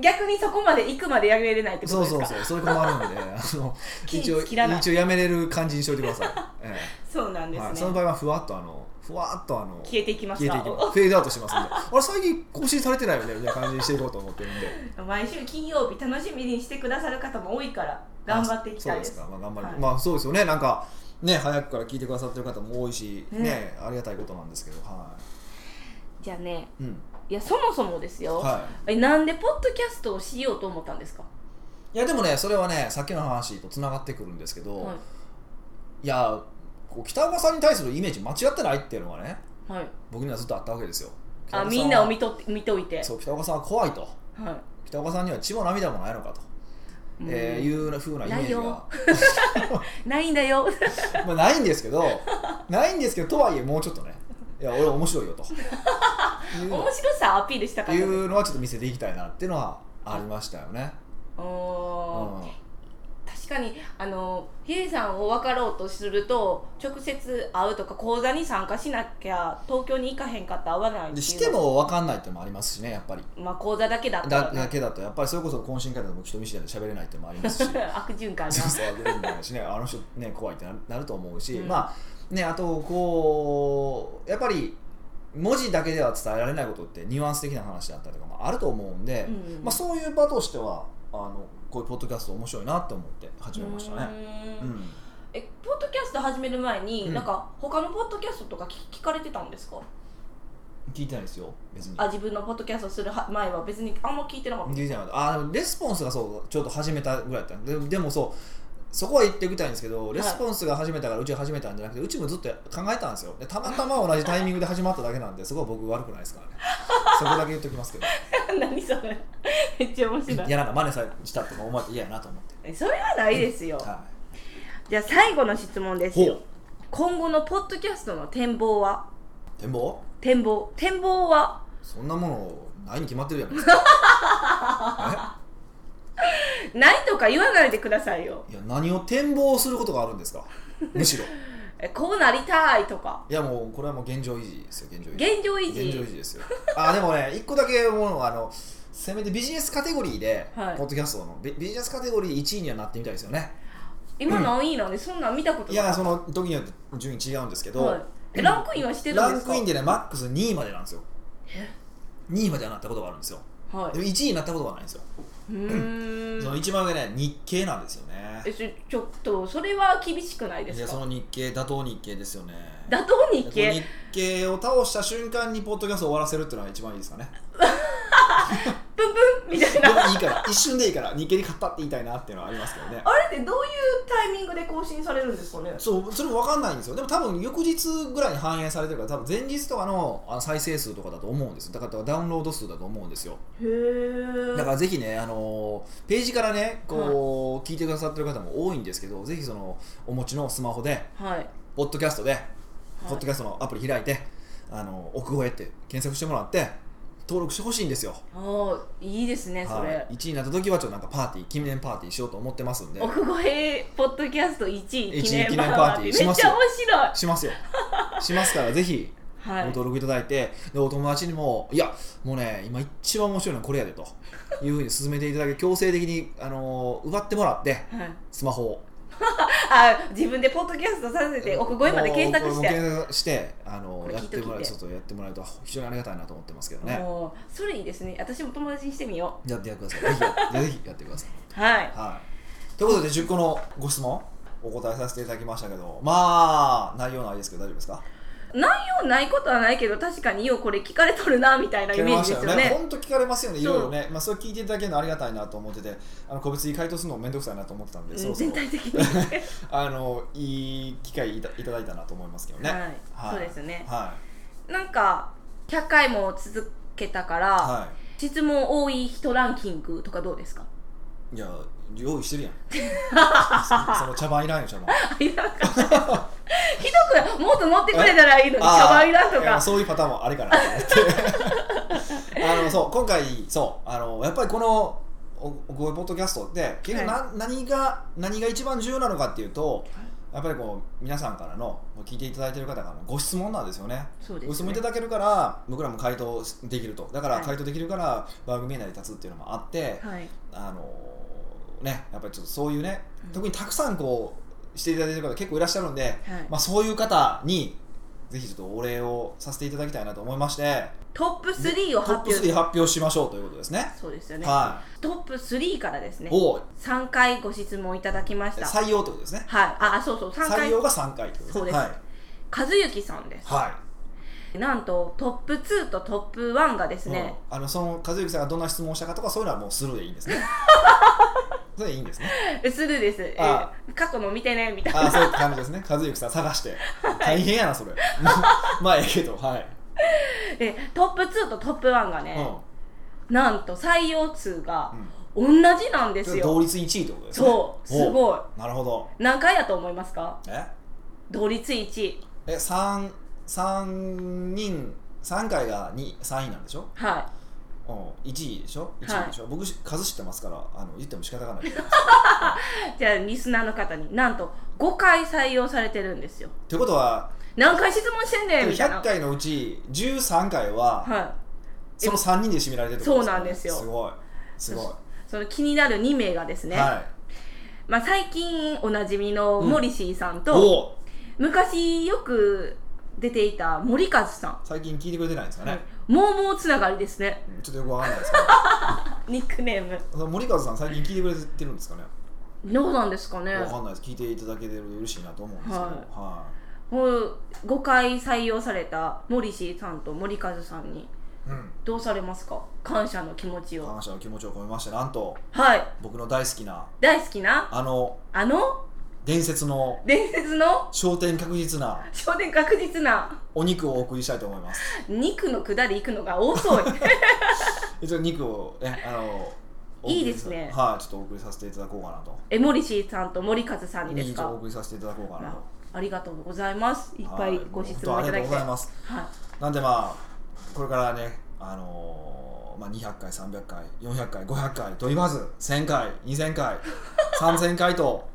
逆にそこまで行くまでやめれないってこと
そう
ですか
そうそうそういう子もある
[laughs]
んであの
期日
一応
切らない
一応やめれる感じにしておいてください、え
そうなんで
え
すね、
はい、その場合はふわっとあのふわっとあの
消えていきます
消え
か
ていきますフェードアウトしますんであれ最近更新されてないよねみたいな感じにしていこうと思ってるんで
毎週金曜日楽しみにしてくださる方も多いから頑張っていきたいです
あそうですか、まあ、頑張り、
はい
まあそうですよねなんかね早くから聞いてくださってる方も多いしね
ね
ありがたいことなんですけどは
じゃあね
い、うん
いやそもそもですよ、
は
えなんでポッドキャストをしようと思ったんですか、
い、いやでもねそれはねさっきの話とつながってくるんですけど、
はい
いやこう北岡さんに対するイメージ間違ってないっていうのがね
はい、
僕にはずっとあったわけですよ
あ
北岡さは
みんなを見と見といて
そう北岡さんは怖いと
は
北岡さんには血も涙もないのかと、
い、
えー
うん
いうふうなイメージ
ない
が
よないんだよ
[laughs] まあないんですけどないんですけどとはいえもうちょっとねいや俺面白いよというの
[laughs] 面白さアピールしたかったです
いうのはちょっと見せていきたいなっていうのはありましたよね、うん
おー確かにあのヒデさんを分かろうとすると直接会うとか講座に参加しなきゃ東京に行かへんかったら会わないって
で
いう
しても分かんないってのもありますしねやっぱり
まあ講座だけだった
だ
らね
だけだとやっぱりそれこそ懇親会でも人見知りで喋れないってのもあります
[laughs]
し
悪循環が
そうそう出るんだしね [laughs] あの人ね怖いってななると思うし、
うん
まあねあとこうやっぱり文字だけでは伝えられないことってニュアンス的な話だったりとかもあると思うんで、
うん
まあ、そういう場としてはあのこういうポッドキャスト面白いなと思って始めましたね。
う
う
ーん
ん
えポッドキャスト始める前に、
うん
なんか他のポッドキャストとか聞聞かれてたんですか
聞いてないですよ別に
あ自分のポッドキャストするは前は別にあんま聞いてなかった
聞いてなかったあでもレスポンスがそうちょっと始めたぐらいだったんででもそうそこは言ってみたいんですけどレスポンスが始めたからうちが始めたんじゃなくてうちもずっと考えたんですよでたまたま同じタイミングで始まっただけなんでそこは僕悪くないですからねそこだけ言っときますけど
[laughs] 何それめっちゃ面白
い
い
やなんか真似さしたとか思われて嫌やなと思って
えそれはないですよ、
は
じゃあ最後の質問で
い
すよ今後のポッドキャストの展望は
展望
展望展望は
そんなものないに決まってるじゃないですか
ないとか言わないでくださいよ
いや何を展望することがあるんですかむしろい
えこうなりたいとか
やもうこれはもう現状維持ですよ現状維持
現状維持
現状維持ですよあでもね一個だけもうあのせめてビジネスカテゴリーで、
はい
ポッドキャストのビビジネスカテゴリー1位にはなってみたいですよね
今何位なんでそんなん見たこと
いやその時によって順位違うんですけど、
はいえランクインはしてる
ラ
んで
ン
すか
クインでねマックス2位までなんですよ2位まではなったことがあるんですよ
は
でも1位になったことがないんですよ、
いうーん
その一番上ね日経なんですよね
えちょちょっとそれは厳しくないで
い
す
やそ
か
の日経妥当日経ですよね
妥当日
妥当
経
日経を倒した瞬間にポッドキャストを終わらせるっていうのが一番いいで
[laughs]
すかね
プンプンみたい
[laughs] で
な
もいいから一瞬でいいから日経に勝ったって言いたいなっていうのはありますけどね
あれってどういうタイミングで更新されるんですかね
そうそれも分かんないんですよでも多分翌日ぐらいに反映されてるから多分前日とかのあの再生数とかだと思うんですだからダウンロード数だと思うんですよ
へえ
だからぜひね、あのーページからねこう、聞いてくださってる方も多いんですけどぜひそのお持ちのスマホで
はい
ポッドキャストで、ポッドキャストのアプリ開いて「あの奥越え」って検索してもらって登録してほしいんですよ、
ああいいですねそれ、
はい、1位になった時はちょっとなんかパーティー記念パーティーしようと思ってますんで
奥越えポッドキャスト1位記
一位記
念
念
パ
パ
ー
ーテ
ティ
ィー
ー
し
め
ま
っ
す
ち
よ
ゃ面白い
しますよしますからぜひ
は
ご
い
登録いただいてでお友達にもいやもうね今一番面白いのはこれやでというふうに進めていただけ強制的に、あのー奪ってもらって
はい、
スマホを
あ自分でポッドキャストさせて奥越えまで検索し
もう
て
検索して、あの
こ
ー
れ
や
聞
っ
いと
て
いて
もらえちょっとやってもらえると非常にありがたいなと思ってますけどね
もうそれいいですね私も友達にしてみよ
やってやってくださいぜひやぜひやってくださいう
はい
はいということで10個のご質問お答えさせていただきましたけどまあ内容ないですけど大丈夫ですか
内容ないことはないけど確かにようこれ聞かれとるなみたいなイ
聞か
メ
れ
ー
まし
ジ
た
です
よ
よ
ね。
ね
本当聞かれますよね、い
そう
ろいろね、まあ、それ聞いていただけるのありがたいなと思ってて、あの個別に回答するのも面倒くさいなと思ってたんで、
う
そ
ん
ろそろ
全体
[laughs]
的に、
あのいい機会いたいただいたなと思いますけどね。
はい、
はい
そうですね
は
なんか100回も続けたから、
い、は
質問多い人ランキングとかどう
[laughs]
ですか
い、いや、用意してるやん。そその茶番いらんよ、茶
[laughs]
番。
いらなかったですひどくもっと持ってくれたらいいのにかわいらんと
いや
か
そういうパターンもありかなと
[laughs]
思ってあのそう今回そうあのやっぱりこの「おお声ポッドキャスト」って結局な、何が何が一番重要なのかっていうと、やっぱりこう皆さんからの聞いていただいている方からのご質問なんですよね
そうですね
ご質問いただけるから僕らも回答できるとだから
はい
回答できるから番組内に立つっていうのもあって、
はい
あのーねやっぱりちょっとそういうね、
うん
特にたくさんこうしていただいている方結構いらっしゃるんで、
はい
まあ、そういう方にぜひちょっとお礼をさせていただきたいなと思いまして
トップ3を
ト
発
ップ
表
3発表しましょうということですね
そうですよね
は
トップ3からです
い
ね
おう
3回ご質問いただきましたはい
採用ということですね
ああそうそう3
採
回
用が3回ということ
そうです
はい、
和幸さんです
はい
なんとトップ2とトップ1がですね、
うんあのその和幸さんがどんな質問をしたかとかそういうのはもうスルーでいい
[laughs]
んですねそれでいいんですね
するです、え
あ
ー過去の見てねみたいな
ああそういう感じですね和幸さん探して大変やなそれ [laughs] まあええけどはい、
でトップ2とトップ1が
う
ね
ん、
なんと採用数が
うん
同じなんですよ、
同率1位ってことですね
そうす
い
ごい
なるほど
何回やと思いますか
え
同率1位
え三三人三回が二三位なんでしょ
は
うん1位でしょ一
はい
位でしょ、僕し数知ってますからあの言っても仕方がないと
いじゃあリスナーの方になんと5回採用されてるんですよ
いうことは
何回質問してんねんみたいな
100回のうち13回は
は
その3人で占められてるってこと
そうなんですよ
すごいすごい、
いその気になる2名がですね、
はい
まあ、最近おなじみのモリシーさんと、
おう
昔よく出ていた森和さん
最近聞いてくれてないんですかね、
もうもうつながりですね
うんちょっとよくわかんないですけど
ニックネーム
その森川さん最近聞いてくれてるんですかね
どうなんですかね
わかんないです聞いていただけてると嬉しいなと思うんですけど、
はい
は
もう5回採用されたモリシーさんと森和さんに
いうん、
どうされますか感謝の気持ちを
感謝の気持ちを込めましてなんと
はい
僕の大好きな
大好きな
あの
あの
伝説の
伝説の
焦点確実な
少年確実な
お肉をお送りしたいと思います。
肉の下り行くのが多
[laughs]
そう
一応肉をね、あの、お送りさ
いいですね
はい、ちょっとお送りさせていただこうかなと。
えモリシーさんと森和さんにです
一応お
か
送りさせていただこうかなと
あ。ありがとうございますいっぱい
は
ご質問いただき
本当ありがとうご
た
ざ
い
います。
はい
なんでまあこれからね、あのーまあ200回、300回、400回、500回と言わず、1000回、2000回、3000回と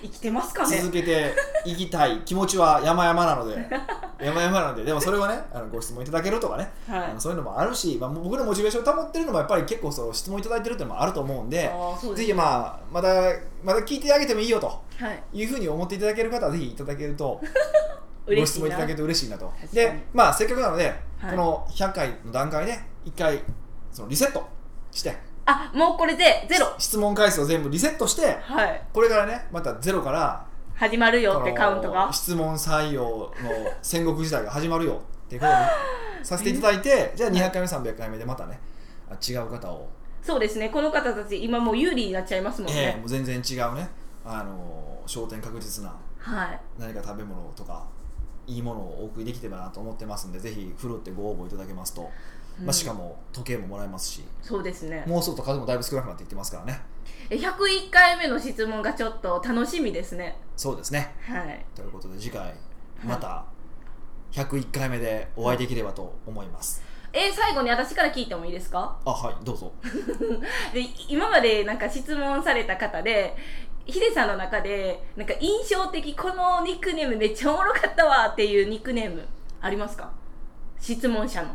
生きてますかね
続けていきたい気持ちは山々なので、山々なので、でもそれはね、あのご質問いただけるとかね、
はい
あのそういうのもあるし、まあ、僕のモチベーションを保ってるのもやっぱり結構そう質問いただいてるっていうのもあると思うんで
あーそうで
ぜ
す
ひまあまだまだ聞いてあげてもいいよと
はい
いうふうに思っていただける方はぜひいただけるとご
嬉し
質
い
問いた
な
だけると嬉しいなと
確かに
でまあせっかくなので、
はい
この100回の段階で1回そのリセットして
あもうこれでゼロ
質問回数を全部リセットして
はい
これからねまたゼロから
始まるよってカウント
こ
が
の質問採用の戦国時代が始まるよっていうこと [laughs] にさせていただいてじゃあ200回目300回目でまたねあ違う方を
そうですねこの方たち今もう有利になっちゃいますもん
ええ
ね、
もう全然違うね、あのー、焦点確実な
はい
何か食べ物とかいいものをお送りできればなと思ってますんでぜひふるってご応募いただけますと、
うん
まあ、しかも時計ももらえますし
そうですね
もうちょっと数もだいぶ少なくなっていってますからね
え101回目の質問がちょっと楽しみですね
そうですね
はい
ということで次回また101回目でお会いできればと思います、
え最後に私から聞いてもいいですか
あはいどうぞ
で今までなんか質問された方でヒデさんの中でなんか印象的このニックネームめっちゃおもろかったわっていうニックネームありますか質問者の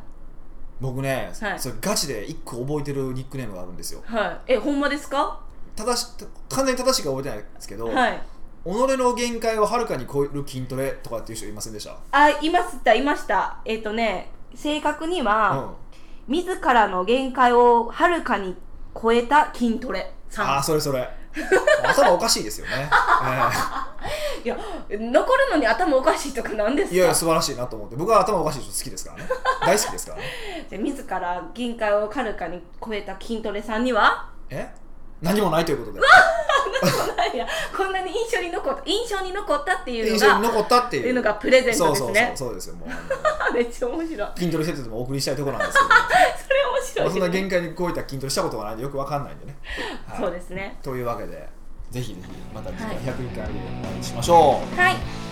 僕ね、
はい
それガチで1個覚えてるニックネームがあるんですよ
はいえほんまですか
正し完全に正しくは覚えてないですけど、
はい
己の限界をはるかに超える筋トレとかっていう人いませんでした
あいましたいましたえっ、とね正確には、
う
自らの限界をはるかに超えた筋トレ
ん、あ
さ
あ
ん
それそれ頭おかしいですよね、
いや残るのに頭おかしいとかなんですか
ええいやいや素晴らしいなと思って僕は頭おかしい人好きですからね大好きですからね
じゃあ自ら限界をはるかに超えた筋トレさんには [laughs]
え何もないということで
いやこんなに印象に残った印象に残ったっていうの
印象に
が
残ったって
っ
いう
ていうのがプレゼント
そう
です
そうそう
ね
そうですよもうあの
[laughs] めっちゃ面白い
筋トレセットでもお送りしたいところなんです
それ面
けど、
白い
そんな限界に超えた筋トレしたことがないんでよくわかんないんでね、はい
そうですね
というわけでぜひぜひまた次回
はい
101回でお会いしましょう、
はい